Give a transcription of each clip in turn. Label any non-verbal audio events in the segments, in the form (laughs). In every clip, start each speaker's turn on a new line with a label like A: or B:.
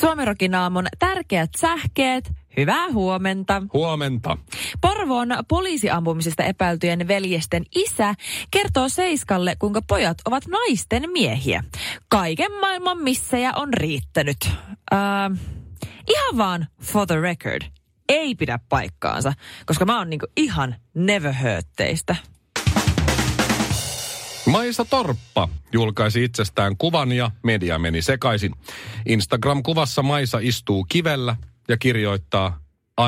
A: Suomirokin aamun tärkeät sähkeet. Hyvää huomenta.
B: Huomenta.
A: Porvoon poliisiampumisesta epäiltyjen veljesten isä kertoo Seiskalle, kuinka pojat ovat naisten miehiä. Kaiken maailman missejä on riittänyt. Uh, ihan vaan for the record. Ei pidä paikkaansa, koska mä oon niinku ihan never heard teistä.
B: Maisa Torppa julkaisi itsestään kuvan ja media meni sekaisin. Instagram-kuvassa Maisa istuu kivellä ja kirjoittaa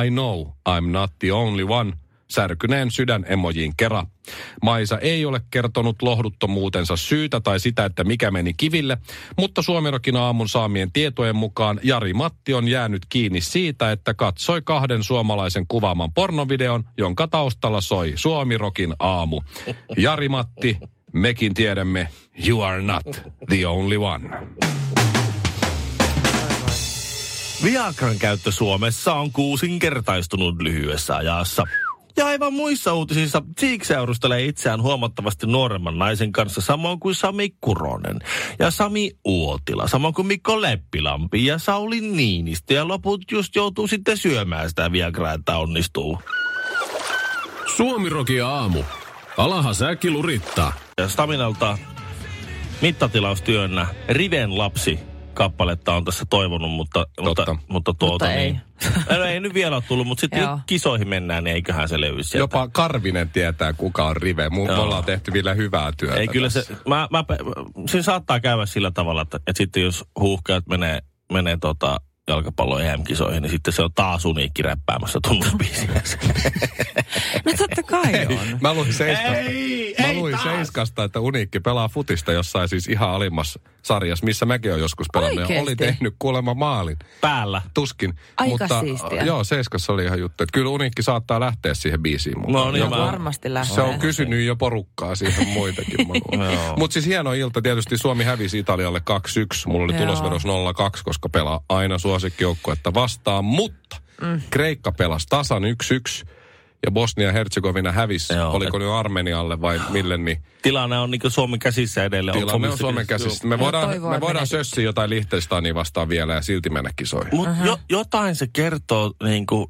B: I know I'm not the only one särkyneen sydän emojiin kera. Maisa ei ole kertonut lohduttomuutensa syytä tai sitä, että mikä meni kiville, mutta Suomirokin aamun saamien tietojen mukaan Jari Matti on jäänyt kiinni siitä, että katsoi kahden suomalaisen kuvaaman pornovideon, jonka taustalla soi Suomirokin aamu. Jari Matti, mekin tiedämme, you are not the only one.
C: Viagran käyttö Suomessa on kuusinkertaistunut lyhyessä ajassa. Ja aivan muissa uutisissa Cheek seurustelee itseään huomattavasti nuoremman naisen kanssa, samoin kuin Sami Kuronen ja Sami Uotila, samoin kuin Mikko Leppilampi ja Sauli Niinistö. Ja loput just joutuu sitten syömään sitä Viagraa, että onnistuu.
D: Suomiroki aamu. Alaha säkki lurittaa.
C: Ja Staminalta mittatilaustyönnä Riven lapsi kappaletta on tässä toivonut, mutta, mutta, mutta tuota
A: Mutta ei.
C: niin. Ei. (laughs) no ei nyt vielä ole tullut, mutta sitten
A: Joo.
C: kisoihin mennään, niin eiköhän se löydy sieltä.
B: Jopa Karvinen tietää, kuka on Rive. Mu- Me
C: Joo.
B: ollaan tehty vielä hyvää työtä.
C: Ei kyllä se,
B: tässä.
C: mä, mä, se saattaa käydä sillä tavalla, että, että sitten jos huuhkajat menee, menee tota jalkapallo EM-kisoihin, niin sitten se on taas uniikki räppäämässä
B: (laughs)
C: tunnusbiisiä.
A: No totta kai on.
B: Mä luin Seiskasta,
C: Ei,
B: mä
C: ei
B: luin
C: taas.
B: seiskasta että Uniikki pelaa futista jossain siis ihan alimmassa sarjassa, missä mäkin olen joskus pelannut. Ja
A: Oikeesti?
B: oli tehnyt kuulemma maalin.
C: Päällä.
B: Tuskin.
A: Aika
B: mutta,
A: siistiä.
B: Joo, Seiskassa oli ihan juttu. Että kyllä Uniikki saattaa lähteä siihen biisiin mukaan.
C: No niin,
B: Joku-
C: mä-
A: Varmasti lähtee.
B: se on kysynyt jo
A: (laughs)
B: porukkaa siihen muitakin.
C: Joo.
B: Mutta siis hieno ilta. Tietysti Suomi hävisi Italialle 2-1. Mulla oli
A: Joo.
B: tulosvedos 0-2, koska pelaa aina suosikkijoukkuetta vastaan. Mutta
A: Mm.
B: Kreikka pelasi tasan 1-1 ja Bosnia-Herzegovina hävisi.
C: Joo.
B: Oliko nyt Armenialle vai mille, niin
C: Tilanne on niin Suomen käsissä edelleen. Onko
B: tilanne on
C: mistä-
B: Suomen käsissä. Me
A: Ja
B: voidaan,
A: toivoa
B: me voidaan
A: menetystä.
B: sössiä jotain Liechtensteinia vastaan vielä ja silti mennä kisoihin.
C: Mut jo, jotain se kertoo niin kuin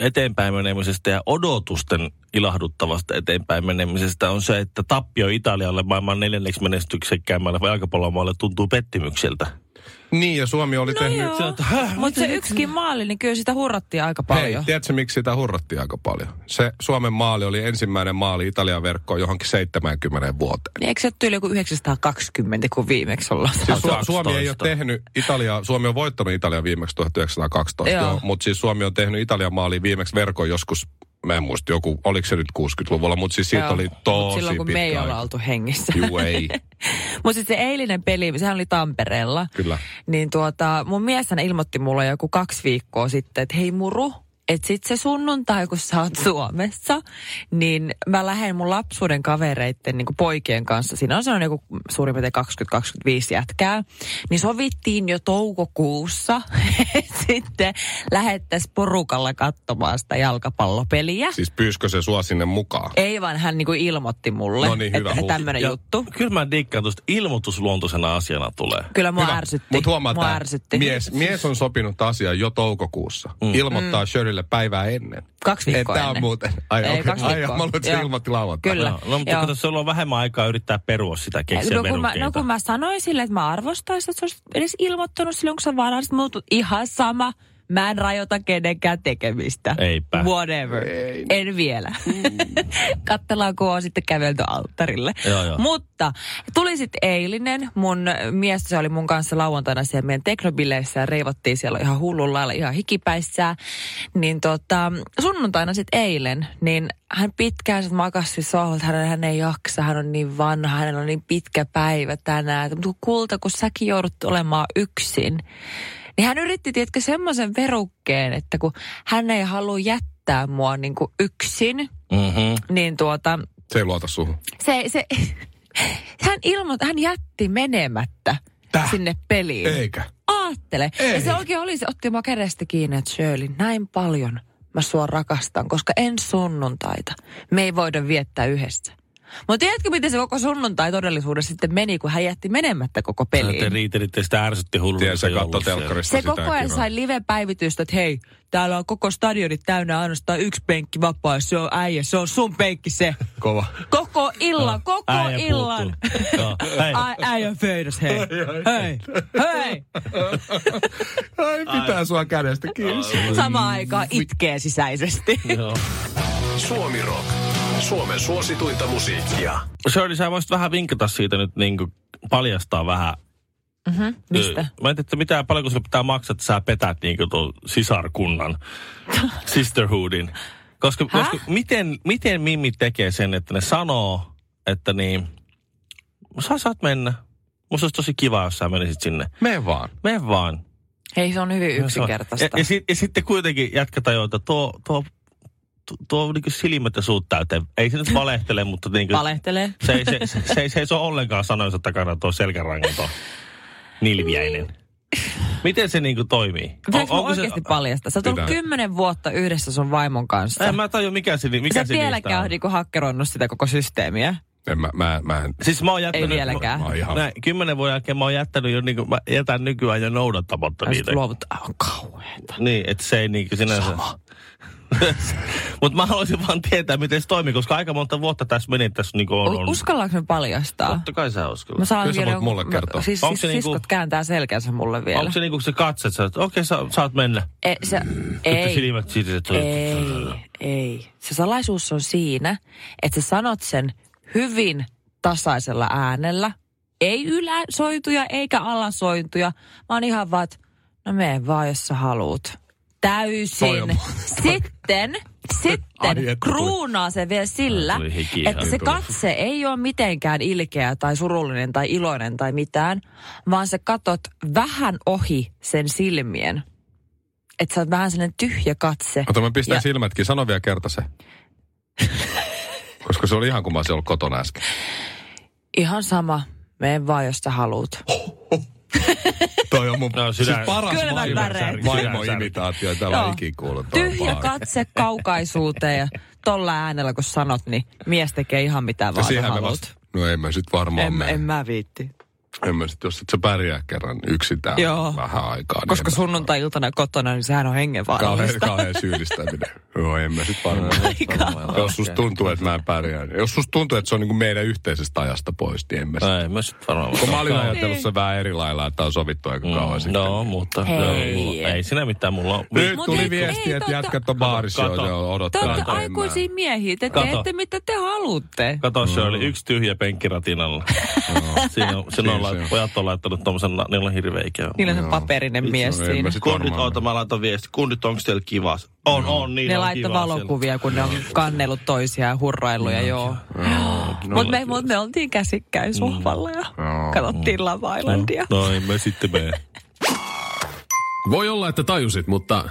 C: eteenpäin menemisestä ja odotusten ilahduttavasta eteenpäin menemisestä on se, että tappio Italialle maailman neljänneksi menestyksekkäämmälle jalkapallomaalle tuntuu pettymykseltä.
B: Niin, ja Suomi oli
A: No
B: tehnyt...
C: Sä
A: joo,
C: oot, "Häh,
A: mutta se yksikin maali, niin kyllä sitä hurrattiin aika
B: Hei,
A: paljon.
B: tiedätkö miksi sitä hurrattiin aika paljon? Se Suomen maali oli ensimmäinen maali Italian verkkoon johonkin 70 vuoteen.
A: Niin eikö se ole tyyli joku 920, kun viimeksi ollaan
B: Siis Su-
C: 12.
B: Suomi ei ole tehnyt Italiaa, Suomi on voittanut Italian viimeksi 1912,
A: Joo.
B: joo. mutta siis Suomi on tehnyt Italian maali viimeksi verkon joskus, mä en muista joku, oliko se nyt 60-luvulla, mutta siis siitä
A: Joo.
B: oli
A: Mut
B: tosi
A: Silloin kun
B: pitkä
A: me ei olla
B: aika.
A: oltu hengissä.
B: Juu, ei.
A: (laughs) Mutta sitten se eilinen peli, sehän oli Tampereella.
B: Kyllä.
A: Niin tuota, mun mieshän ilmoitti mulle joku kaksi viikkoa sitten, että hei muru, että sit se sunnuntai, kun sä oot Suomessa, niin mä lähden mun lapsuuden kavereitten niin poikien kanssa. Siinä on sellainen joku suurin piirtein 20-25 jätkää. Niin sovittiin jo toukokuussa, (laughs) että sitten lähettäisiin porukalla katsomaan sitä jalkapallopeliä.
B: Siis pyyskö se sua sinne mukaan?
A: Ei vaan hän niinku ilmoitti mulle,
B: No niin, hyvä
A: että
B: huuto.
A: tämmöinen
C: Ja
A: juttu.
C: Kyllä mä dikkaan tuosta ilmoitusluontoisena asiana tulee.
A: Kyllä mua
B: Hyvä.
A: ärsytti.
B: Mut huomaa
A: mua
B: tää.
A: ärsytti.
B: Mies, mies on sopinut asiaa jo toukokuussa. Mm. Ilmoittaa mm. Shirleylle päivää ennen.
A: Kaksi viikkoa
B: Että on
A: ennen.
B: muuten. Ai,
A: Ei,
B: Ei, okay.
A: kaksi
B: Ai,
A: viikkoa.
B: mä luulen, että se
A: Joo.
B: ilmoitti lauantaina.
A: Kyllä.
C: No, no mutta
A: Joo.
C: kato, sulla on vähemmän aikaa yrittää perua sitä, keksiä
A: No kun, mä, no kun mä sanoin sille, että mä arvostaisin, että se olisi edes ilmoittanut silloin, kun sä vaan muutu ihan sama. Mä en rajoita kenenkään tekemistä.
C: Eipä.
A: Whatever. Ei. En vielä. Kattellaan, kun on sitten kävelty alttarille.
C: Joo, joo.
A: Mutta tuli sitten eilinen. Mun mies, se oli mun kanssa lauantaina siellä meidän teknobileissä ja reivottiin siellä ihan hullun lailla ihan hikipäissään. Niin tota, sunnuntaina sitten eilen, niin hän pitkään sitten makasi sohvalta, että hän, hän ei jaksa, hän on niin vanha, hänellä on niin pitkä päivä tänään. Mutta kulta, kun säkin joudut olemaan yksin, Niin hän yritti, tiedätkö, semmoisen verukkeen, että kun hän ei halua jättää mua niin kuin yksin,
C: Mm-hmm.
A: niin tuota,
B: Se ei luota suhun.
A: se, se, (laughs) hän, ilmo, hän jätti menemättä
B: Täh?
A: sinne peliin.
B: Eikä.
A: Aattele.
B: Ei.
A: Ja se oikein oli, se otti mua kädestä kiinni, että Shirley, näin paljon mä sua rakastan, koska en sunnuntaita. Me ei voida viettää yhdessä. Mutta tiedätkö, miten se koko sunnuntai todellisuudessa sitten meni, kun hän jätti menemättä koko
C: Te
A: peliin?
C: riitelitte sitä ärsytti hulluna.
B: Tiedän, se
C: kun ei
B: katsoi
C: ollut siellä.
B: telkkarista
A: Se
B: sitä
A: koko ajan
B: kiroa.
A: sai live-päivitystä, että hei, täällä on koko stadionit täynnä ainoastaan yksi penkki vapaa, ja se on äijä, se on sun penkki se.
C: Kova.
A: Koko illan, koko
C: Ah, Äijä
A: illan.
C: puuttuu. Joo, äijä.
A: Ai, äijä föydäs, hei. Hei, hei.
B: Ai, pitää sua kädestä kiinni.
A: Samaan aikaan itkee sisäisesti.
C: Joo.
D: Suomi Rock. Suomen suosituinta musiikkia.
C: Shirley, sä voisit vähän vinkata siitä nyt niin kuin paljastaa vähän.
A: Mistä?
C: Mä en tiedä, että mitä, paljonko sulle pitää maksaa, että sä petät niin kuin tuon sisarkunnan, sisterhoodin. Koska,
A: Häh?
C: koska miten, miten Mimmi tekee sen, että ne sanoo, että niin, sä saat mennä. Musta olisi tosi kiva, jos sä menisit sinne.
B: Mene vaan.
C: Mene vaan.
A: Hei, se on hyvin
C: No, Ja,
A: yksinkertaista.
C: ja, sit, ja sitten kuitenkin jätkä tajuaa, että tuo, tuo, tuo, tuo niin silmät ja suut täyteen. Ei se nyt valehtele, mutta niin kuin,
A: Valehtelee.
C: se ei, se, se, se, ei- se ei se ole ollenkaan sanoinsa takana tuo selkärangaton nilviäinen. Miten se niinku toimii?
A: Pitääkö
C: On-
A: mä
C: onko se-
A: oikeasti paljasta? Sä oot ollut
B: Pitää.
A: kymmenen vuotta yhdessä sun vaimon kanssa.
C: En Äh, mä tajua, mikä se, mikä
A: Sä
C: se niistä
A: vieläkään
C: on.
A: oot niinku hakkeroinut sitä koko systeemiä.
B: En, mä, mä, mä en.
C: Siis mä oon jättänyt...
A: Ei vieläkään.
C: Mä,
B: Mä oon
C: ihan...
B: ihan-
C: näin, kymmenen vuoden jälkeen mä oon jättänyt jo niinku, mä jätän nykyään jo noudattamatta
A: Ja sit
C: niitä.
A: luovut, aivan kauheeta.
C: Niin, että se ei niinku sinänsä... (laughs) Mutta mä haluaisin vaan tietää, miten se toimii, koska aika monta vuotta tässä meni tässä niinku on ollut.
A: Uskallaanko me paljastaa?
C: Totta kai sä uskallat.
A: Mä saan
B: Kyllä sä
A: vielä...
B: voit mulle
A: mä-
B: kertoa.
A: Siis,
C: Onko
A: siis
C: se niinku-
A: siskot kääntää selkänsä mulle vielä.
C: Onko se niinku kun sä katset, sä, että okei, okay, sä, saat mennä.
A: E, se,
C: Sitten
A: ei,
C: silmät siitä, että...
A: ei, ei. Se salaisuus on siinä, että sä sanot sen hyvin tasaisella äänellä. Ei yläsointuja eikä alasointuja, vaan ihan vaan, että no mene vaan, jos sä haluut.
B: Toi on
A: Täysin. Sitten,
B: Ai,
A: sitten
B: että tuli.
A: kruunaa se vielä sillä,
C: Tuli hiki
A: että
C: ihan.
A: se katse ei ole mitenkään ilkeä tai surullinen tai iloinen tai mitään, vaan sä katot vähän ohi sen silmien. Että sä oot vähän sellainen tyhjä katse.
B: Ota, mä pistän
A: Ja-
B: ja. silmätkin. Sano vielä
A: (laughs)
B: kerta se. Koska se oli ihan kuin mä olisin ollut kotona äsken.
A: Ihan sama, mene vaan jos sä haluut.
B: Toi on mun
C: No, sydän-
B: siis paras
A: Kylmät
B: vaimo,
A: väreet.
B: vaimoimitaatio, tällä
A: Joo.
B: on ikin kuullut. Toi on
A: Tyhjä
B: paha.
A: katse kaukaisuuteen ja tolla äänellä kun sanot, niin mies tekee ihan mitä
B: Ja
A: vaan sä
B: siihen me
A: haluut.
B: vasta, no ei mä sit varmaan
A: En,
B: mene.
A: en mä viitti.
B: En mä sit, jos et sä pärjää kerran yksin täällä
A: Joo.
B: vähän aikaa. niin
A: Koska
B: en mä-
A: sunnuntai-iltana kotona, niin sehän on
B: Kauhean,
A: hengenvaarallista.
B: kauhean syyllistäminen. Joo, en mä sit
A: (laughs)
B: varmaan.
A: Aika.
B: Jos susta tuntuu, että mä en pärjää. niin- Jos susta tuntuu, että se on niinku meidän yhteisestä ajasta pois, niin en mä sit.
C: Ei, mä sit varmaan...
B: Kun mä olin
A: Niin.
B: ajatellut sen vähän eri lailla, että on sovittu aika kauan sitten.
C: No, mutta
A: Hei.
C: ei, ei siinä mitään mulla on.
B: Nyt
A: Mut
B: tuli
A: ei-
B: viesti,
A: ei
B: että
A: tota-
B: jätkät on baarissa
C: Kato.
B: jo
A: Te
B: odottaa.
A: olette aikuisia miehiä, te
C: Kato.
A: teette mitä te haluatte.
C: Kato, se oli yksi tyhjä
B: (laughs)
C: penkki ratinalla. siinä on, siinä
B: Mm.
C: on,
B: Siinä se
C: lait-
B: on.
C: pojat on laittanut tommosen, na- niillä on hirveä ikävä.
A: Niillä on se paperinen mies
B: no en mä
A: siinä.
B: sit-
C: Kundit,
B: varmaan.
C: oota, mä laitan viesti. Kundit, onko teillä kivaa? On, on, niin
A: Ne
C: on
A: laittoi
C: kivaa
A: valokuvia, kun ne on kannellut toisiaan ja hurraillut ja joo. Mutta me, mut me oltiin käsikkäin sohvalla ja katsottiin Love Islandia.
C: siellä. No ei mä sitten mene.
A: (laughs)
D: Voi olla, että tajusit, mutta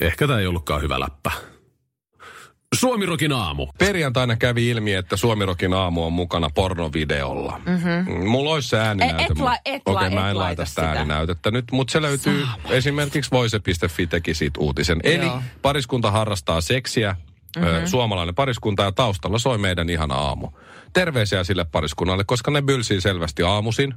D: ehkä tämä ei ollutkaan hyvä läppä. Suomi Rokin aamu.
B: Perjantaina kävi ilmi, että Suomirokin aamu on mukana pornovideolla. Mm-hmm. Mulla olisi se ääninäyte.
A: Mhm. E- Et- et la- et la-
B: Okei,
A: et
B: mä en
A: laita
B: laita sitä,
A: sitä.
B: ääninäytettä nyt, mutta se löytyy esimerkiksi voise.fi teki siitä uutisen. Eli
A: Joo. Mhm.
B: pariskunta harrastaa seksiä, mm-hmm. suomalainen pariskunta ja taustalla soi meidän ihana aamu. Terveisiä sille pariskunnalle, koska ne bylsii selvästi aamuisin.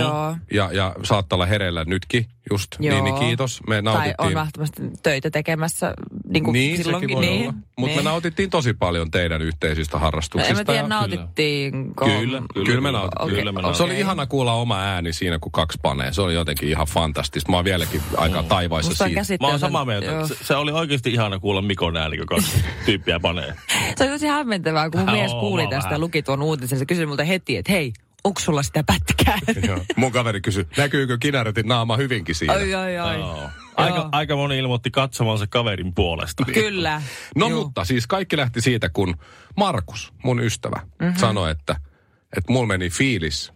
A: Joo.
B: Ja, ja saattaa olla hereillä nytkin just,
A: Joo.
B: niin, niin kiitos. Me
A: Tai
B: nautittiin.
A: on välttämättä töitä tekemässä niin kuin
B: niin,
A: silloinkin.
B: sekin voi niin, olla. Mutta me nautittiin tosi paljon teidän yhteisistä harrastuksista.
A: En mä tiedä,
B: ja-
A: nautittiinko.
B: Kyllä, kyllä, kyllä me nautimme.
A: Okei,
B: Okay, okay.
A: okei.
B: Se oli ihana kuulla oma ääni siinä, kun kaksi panee. Se oli jotenkin ihan fantastista. Mä oon vieläkin aika taivaissa
A: Niin. Musta on
B: siitä.
C: Mä oon
A: käsittämätöntä.
C: samaa mieltä.
A: Joo.
C: Se, se, oli oikeasti ihana kuulla Mikon ääni, kun kaksi
A: (laughs)
C: tyyppiä panee.
A: Se oli tosi hämmentävää, kun mun
C: Vähän
A: mies
C: oo,
A: kuuli
C: vaan
A: tästä ja
C: vähän.
A: luki tuon uutisen. Se kysyi multa heti, että hei, onko sulla sitä
B: (laughs)
A: pätkää?
B: (laughs) Joo. Mun kaveri kysyi, näkyykö Kinaretin naama hyvinkin siinä?
A: Ai, ai, ai.
C: Aika, aika moni ilmoitti katsomansa kaverin puolesta.
A: Kyllä.
B: No
A: Juu.
B: mutta siis kaikki lähti siitä,
A: Mhm.
B: kun Markus, mun ystävä, mm-hmm. sanoi, että, että mulla meni fiilis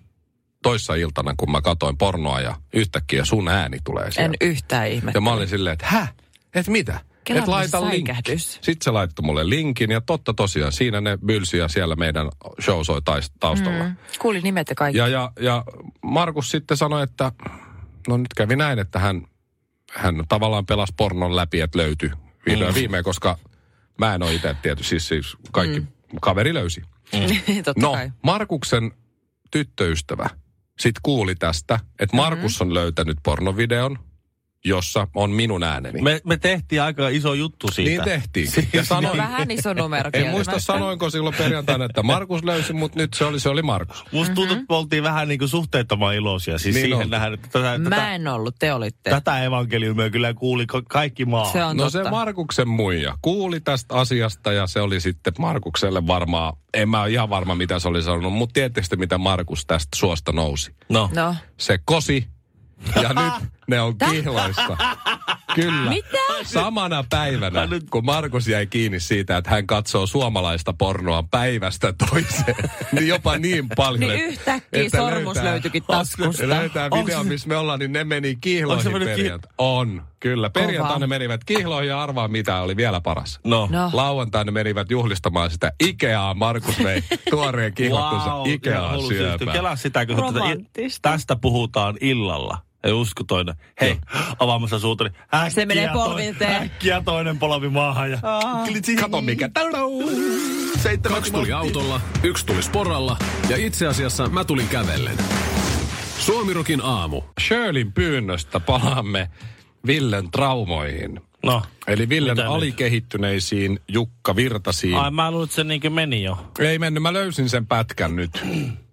B: toissa iltana, kun mä katoin pornoa ja yhtäkkiä sun ääni tulee
A: En
B: sieltä.
A: yhtään
B: ja
A: ihmettä.
B: mä olin silleen, että hä? Et mitä?
A: Kela,
B: et
A: kun se
B: laita linkki.
A: säikähdys.
B: Sitten se laittoi mulle linkin ja totta tosiaan siinä ne bylsiä siellä meidän show soi taist- taustalla. Mm.
A: Kuulin nimet ja kaikki.
B: Ja, ja, ja Markus sitten sanoi, että no nyt kävi näin, että hän, hän tavallaan pelasi pornon läpi, että löytyi vihdoin mm. viimein, koska mä en ole itse tietysti, siis, siis kaikki mm. kaveri löysi.
A: (laughs) Totta
B: No,
A: kai.
B: Markuksen tyttöystävä sitten kuuli tästä, että Markus on löytänyt pornovideon, jossa on minun ääneni.
C: Me, me tehtiin aika iso juttu siitä.
B: Niin tehtiin. Ja
A: No,
B: sanoin,
A: vähän iso numero
B: (laughs) en muista
A: kieltämättä.
B: sanoinko silloin perjantaina, että Markus löysi, mutta nyt se oli, se oli Markus.
C: Musta tuntuu,
A: Mhm.
C: että me oltiin vähän niin kuin suhteettoman iloisia. Siis
B: Niin
C: niin siihen
B: oltiin.
C: nähden, että tätä,
A: Mä
C: tätä,
A: en ollut, te olitte.
C: tätä evankeliumia kyllä kuuli ka- kaikki maa.
A: Se on
B: No
A: totta.
B: se Markuksen muija kuuli tästä asiasta ja se oli sitten Markukselle varmaan, en mä ole ihan varma mitä se oli sanonut, mutta tietysti mitä Markus tästä suosta nousi.
C: No.
A: No.
B: Se kosi ja nyt ne on kihlaissa. Kyllä.
A: Mitä?
B: Samana päivänä, kun Markus jäi kiinni siitä, että hän katsoo suomalaista pornoa päivästä toiseen, (laughs) niin jopa niin paljon.
A: Niin
B: että-
A: yhtäkkiä
B: että
A: sormus
B: löytää-
A: löytyikin taskusta.
B: Löytää
C: Onko
B: video,
C: se-
B: missä me ollaan, niin ne meni
C: Onko se
B: kihloihin
C: mennyt ki-
B: perjantaina. On, kyllä. Perjantaina
A: Kova.
B: menivät kihloihin ja arvaa mitä oli vielä paras.
C: No.
A: No.
B: Lauantaina menivät juhlistamaan sitä Ikeaa. Markus vei tuoreen kihlottunsa wow, Ikeaa syömään.
C: Kela sitä, kun tätä,
A: Romanttista.
C: tästä puhutaan illalla. Ei usko toinen. Hei, avaamassa suutari. Äkkiä
A: Se menee polvi
C: toinen-
A: eteen.
C: Äkkiä toinen polvi maahan ja...
B: Kato mikä
D: Kaksi tuli autolla, yksi tuli sporalla ja itse asiassa mä tulin kävellen. Suomirokin aamu.
B: Shirleyn pyynnöstä palaamme Villen traumoihin.
C: No.
B: Eli Villen
C: Mitä nyt?
B: alikehittyneisiin Jukka Virtasiin.
C: Ai mä luulen, että se niinkö meni jo.
B: Ei mennyt, mä löysin sen pätkän nyt,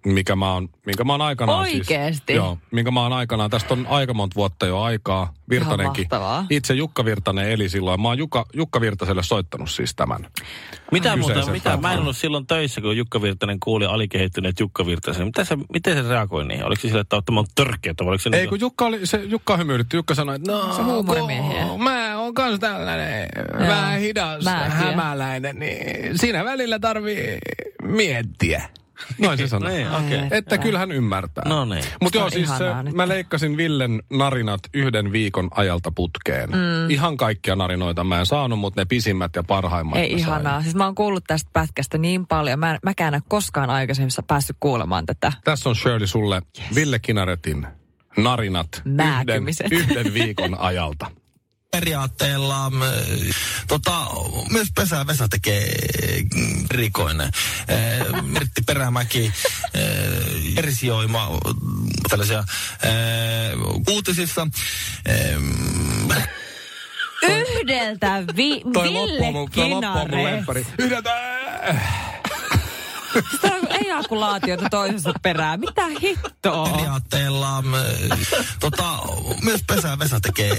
B: mikä mä oon, minkä mä oon aikanaan
A: Oikeesti?
B: Siis, joo, minkä mä oon aikanaan. Tästä on aika monta vuotta jo aikaa. Virtanenkin.
A: Ihan mahtavaa.
B: Itse Jukka Virtanen eli silloin. Mä oon Jukka, Jukka Virtaselle soittanut siis tämän.
C: Mitä muuta,
B: Kyseisen
C: mitä? Mä en
B: pätkän.
C: ollut silloin töissä, kun Jukka Virtanen kuuli alikehittyneet Jukka Virtasen. Mitä se, miten se reagoi niihin? Oliko se sille, että tämä on törkeä? vai Oliko se
B: Ei
C: niinku-
B: kun Jukka, oli, se, Jukka hymyilytti. Jukka sanoi, että no,
A: Se on huumorimiehiä.
B: kun mä oon kans tällainen vähän hidas
A: Määkiä.
B: hämäläinen, niin siinä välillä tarvii miettiä. Noin se sanoi.
C: Niin, okei.
B: Että, että kyllähän ymmärtää.
C: No niin.
B: Mutta joo,
A: on
B: siis
A: ihanaa
B: se,
A: nyt.
B: mä leikkasin Villen narinat yhden viikon ajalta putkeen. Mm. Ihan kaikkia narinoita mä en saanut, mutta ne pisimmät ja parhaimmat
A: Ei
B: mä sain.
A: ihanaa. Siis mä oon kuullut tästä pätkästä niin paljon. Mä, en- mäkään en ole koskaan aikaisemmin sa- päässyt kuulemaan tätä.
B: Tässä on Shirley sulle yes. Ville Kinaretin narinat yhden,
A: Määkymiset.
B: yhden viikon ajalta.
E: periaatteella mm, tota, myös Pesä Vesa tekee mm, rikoinen. Eh, Mirtti Perämäki eh, versioima mm, tällaisia eh, uutisissa. Eh,
A: Yhdeltä vi-
B: (laughs) Toi
A: Ville
B: loppuu mun, toi loppuu mun
A: Kinare.
B: lemppari. Yhdeltä.
A: Sitä on ejakulaatiota toisessa perään. Mitä hittoa?
E: periaatteella mm, tota, myös Pesä Vesa tekee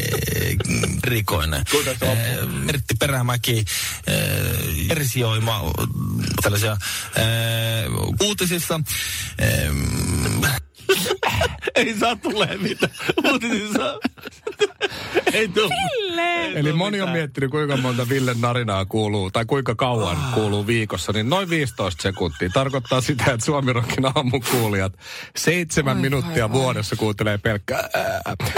E: mm, rikoinen. Eh, Mirtti Perämäki eh, versioima mm, tällaisia eh, uutisissa. Eh,
C: Ei saa tulee mitään. Uutisissa. Ei tule.
A: Ville!
B: Eli moni on miettinyt, kuinka monta Villen narinaa kuuluu, tai kuinka kauan
C: Ah.
B: kuuluu viikossa, niin noin 15 sekuntia. Tarkoittaa sitä, että Suomirokin aamukuulijat seitsemän
A: Oi,
B: minuuttia
A: oi, oi.
B: vuodessa kuuntelee pelkkää.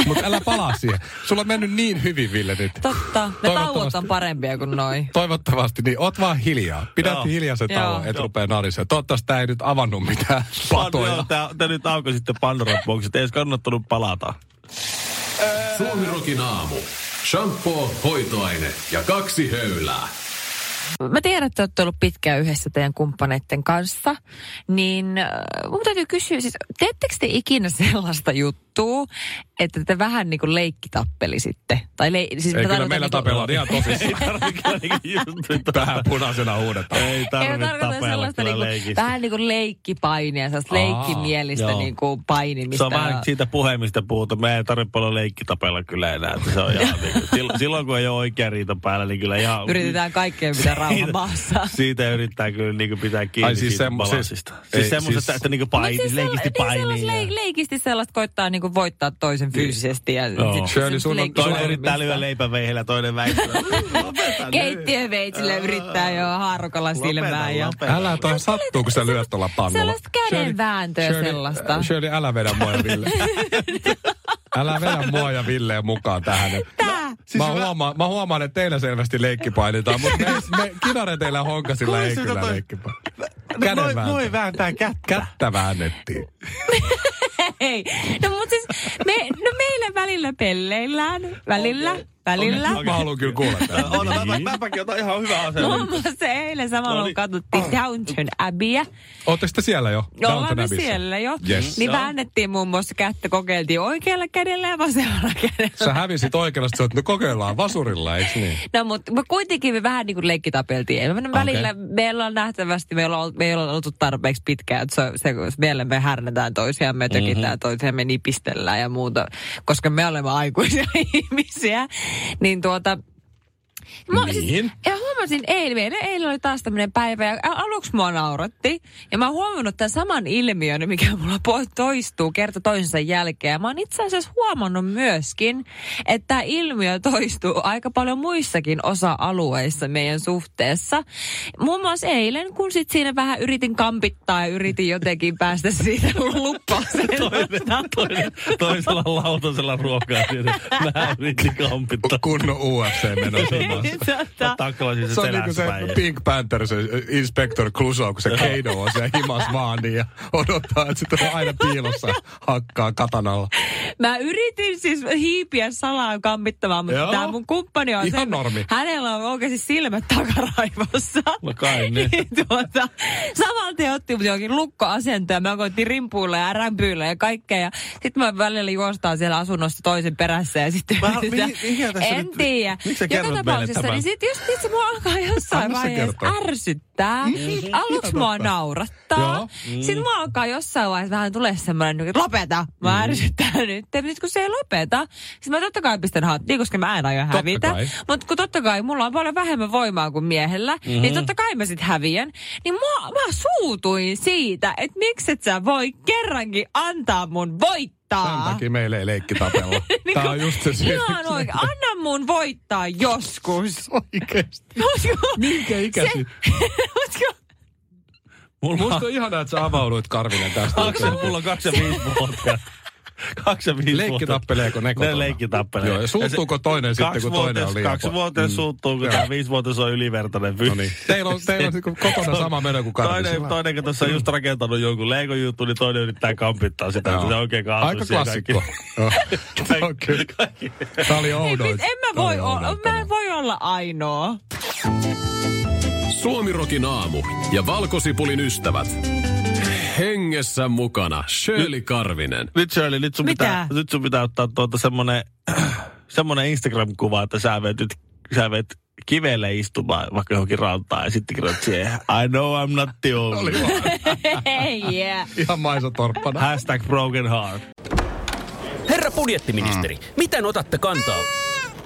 B: Mutta älä palaa siihen. Sulla on mennyt niin hyvin, Ville, nyt.
A: Totta. Ne tauot on parempia kuin noi.
B: Toivottavasti, niin oot vaan hiljaa. Pidät
C: Joo.
B: hiljaisen
A: Joo.
B: tauon, et
C: Joo.
B: rupee narisee. Toivottavasti tää ei nyt avannut mitään patoja.
C: Te nyt aukoisitte Pandoran boksit. Ei olisi kannattanut
B: (laughs)
C: palata.
D: Suomirokin aamu. Shampoo, hoitoaine ja kaksi höylää.
A: Mä tiedän, että te olette ollut pitkään yhdessä teidän kumppaneiden kanssa, niin äh, mun täytyy kysyä, siis teettekö te ikinä sellaista juttua, että te vähän niin kuin leikkitappelisitte? Tai le- siis mä
B: Ei, kyllä
A: tarkoitan
B: meillä
A: niinku-
B: tapellaan ihan
C: (laughs)
B: tosissaan.
C: niinku Tähän
B: Punaisena uudet.
C: ei
A: Ei mä
C: tarvitse
A: tarkoitan
C: tapella
A: sellaista
C: kyllä
A: niinku,
C: leikistä.
A: vähän niin kuin leikkipainia, sellaista
B: Aa,
A: leikkimielistä
C: joo.
A: niin kuin painimista.
C: Se on
A: ja-
C: vähän siitä puhemista puhuttu. Me ei tarvitse paljon leikkitapella kyllä enää. että Se on
A: (laughs)
C: ihan niin silloin kun ei ole oikea riita päällä, niin kyllä ihan...
A: Yritetään kaikkeen pitää rauha
C: Siitä-
A: maassa. siis
C: Siitä yrittää kyllä niinku pitää kiinni
B: Ai
C: Ai
B: siis
C: siis siitä
B: semmo-
C: balansista.
B: siis-
C: Siis, siis
B: ei,
C: semmoista,
B: siis-
C: että, että niinku
A: Mut
C: paini, leikisti
A: sella- niin
C: paini.
A: sellaista
C: ja-
A: leik- leikisti sellaista koittaa niinku voittaa toisen fyysisesti. Ja
D: Joo.
A: sit
B: Shirley,
A: sen
B: sun on-
A: leikki-
B: Toinen
C: Toinen yrittää lyödä leipäveihellä,
A: (laughs)
C: toinen väittää. Lopeta
A: Keittiöveitsillä yrittää jo haarukalla silmään. Ja...
B: Älä toi sattuu, kun sä lyöt tuolla pannulla.
A: Sellaista kädenvääntöä sellaista.
B: äh, Shirley, älä vedä mua ja
A: (laughs)
B: Ville. älä vedä mua ja Villeen mukaan tähän. Tää. Siis mä, huomaan, mä huomaan, että teillä selvästi leikki painetaan, mutta me, me kinareteillä honkasilla ei
C: Kuulisi,
B: kyllä
C: tota-
B: leikki paineta.
C: Noin,
B: Kädenvääntö.
C: noin vääntää kättä.
B: Kättä väännettiin.
A: Hei, no mut siis me, no meillä välillä pelleillään, välillä, välillä.
B: Mä haluan kyllä kuulla tämän.
C: Äh, Oota, mä, mäpäkin otan ihan hyvä
A: Muun
C: asenne.
A: muassa eilen samalla
C: No
A: kun
C: niin.
A: katsottiin Downton Abbeya.
B: Ootteko te siellä jo?
A: No
B: Ah. Downton
A: ollaan me
B: Abbeyssä?
A: siellä jo.
B: Yes.
A: Niin väännettiin muun muassa kättä, kokeiltiin oikealla kädellä ja vasemmalla kädellä.
B: Sä hävisit oikealla, sit sä oot, no kokeillaan vasurilla, eikö niin?
A: (laughs) No mutta me kuitenkin me vähän niin kuin leikkitapeltiin. Ei, me Välillä meillä on nähtävästi, meillä on, meillä on oltu tarpeeksi pitkään, että se, se, meillä me härnätään toisiaan, me tökitään mm-hmm. toisiaan, me nipistellään ja muuta. Koska me olemme aikuisia (laughs) ihmisiä, niin tuota... Mä, niin. Siis, ja huomasin eilen, eilen, eilen oli taas tämmöinen päivä ja al- aluksi mua nauratti. Ja mä oon huomannut tämän saman ilmiön, mikä mulla po- toistuu kerta toisensa jälkeen. Ja Mä oon itse asiassa huomannut myöskin, että tämä ilmiö toistuu aika paljon muissakin osa-alueissa meidän suhteessa. Muun muassa eilen, kun sit siinä vähän yritin kampittaa ja yritin jotenkin päästä siitä (laughs) luppaaseen.
C: Toinen, toinen, toisella lautasella ruokaa. siellä. Mä yritin kampittaa.
B: Kunnon UFC menossa.
A: Tota,
C: Taklasin
B: Se
C: se
B: on niinku se
C: seläspäin.
B: Pink Panther, se Inspector Clouseau, kun se Kano on siellä himas vaan niin ja odottaa, että sitten on aina piilossa hakkaa katanalla.
A: Mä yritin siis hiipiä salaa kammittamaan, mutta
B: Joo.
A: tämä mun kumppani on
B: Ihan normi.
A: Hänellä on oikeasti silmät takaraivossa.
C: No kai niin.
A: (laughs) Niin tuota, samalta te otti mut johonkin lukkoasentoon. Mä koitin rimpuilla ja rämpyillä ja kaikkea. Ja sitten mä välillä juostaan siellä asunnossa toisen perässä ja sitten...
C: Mä-
A: yritetään-
C: mi- mikä tässä
A: en
C: nyt-
A: tiedä.
C: miksi sä kerrot
A: Joka
C: meille
A: tapauksessa,
C: tämän?
A: niin sit just itse mua alkaa jossain
B: Anna se
A: vaiheessa
B: kertoa.
A: ärsyttää. Aluksi mua naurattaa.
B: Mm-hmm. Niin, Joo. Mm-hmm.
A: Sitten mua alkaa jossain vaiheessa vähän tulee semmoinen, että lopeta, mä
B: Mm-hmm.
A: mm. ärsyttää nyt. Mutta nyt kun se ei lopeta, sitten mä totta kai pistän hattiin, koska mä en aio hävitä.
B: kai.
A: Mutta kun totta kai mulla on paljon vähemmän voimaa kuin miehellä, mm-hmm. niin totta kai mä sit häviän. Niin mua, mä suutuin siitä, että mikset sä voi kerrankin antaa mun voittaa.
B: Tämän takia meillä ei
A: (laughs)
B: leikki tapella. Tää on just se syy.
A: Niin Ihan oikein. Anna mun voittaa joskus.
B: (laughs) Oikeesti.
A: Olisiko-
B: Minkä ikäsi?
A: olisiko-
B: Musta on ihanaa, että sä avauduit Karvinen tästä.
C: Kaksi ja mulla on kaksi ja viisi vuotta. Kaksi ja viisi
B: Leikki tappeleeko ne kotona?
C: Ne leikki tappelee.
B: Joo, ja suuttuuko toinen sitten, kun toinen on liian
C: Kaksi
B: pa-
C: vuotta mm. suuttuu, kun tämä viisi vuotta se on ylivertainen fyys.
B: No niin. Teillä on, teillä on niinku kotona sama meno kuin
C: Toinen,
B: Karvisilla.
C: toinen, kun tuossa on just rakentanut jonkun leikon juttu, niin toinen yrittää kampittaa sitä,
B: Joo.
C: että se oikein kaasuu
B: Aika
C: siihen
B: klassikko.
C: (laughs) kaikki.
B: (laughs) Joo. Tää on kyllä. Tää oli oudoin.
A: Mit- Niin, siis En mä
B: Tää oli
A: voi olla,
B: oudoin
A: mä en voi olla ainoa. (laughs)
D: Suomirokin aamu ja valkosipulin ystävät. Hengessä mukana Shirley Karvinen.
C: Nyt Shirley, nyt sun,
A: Mitä?
C: pitää, nyt sun pitää ottaa tuota semmonen, (clears throat) semmonen Instagram-kuva, että sä veet nyt, sä veet kivelle istumaan vaikka johonkin rantaan ja sitten kirjoit siihen, I know I'm not the only. one."
A: Hei, yeah.
B: Ihan Maisa Torppana.
C: Hashtag broken heart.
F: Herra budjettiministeri, miten otatte kantaa?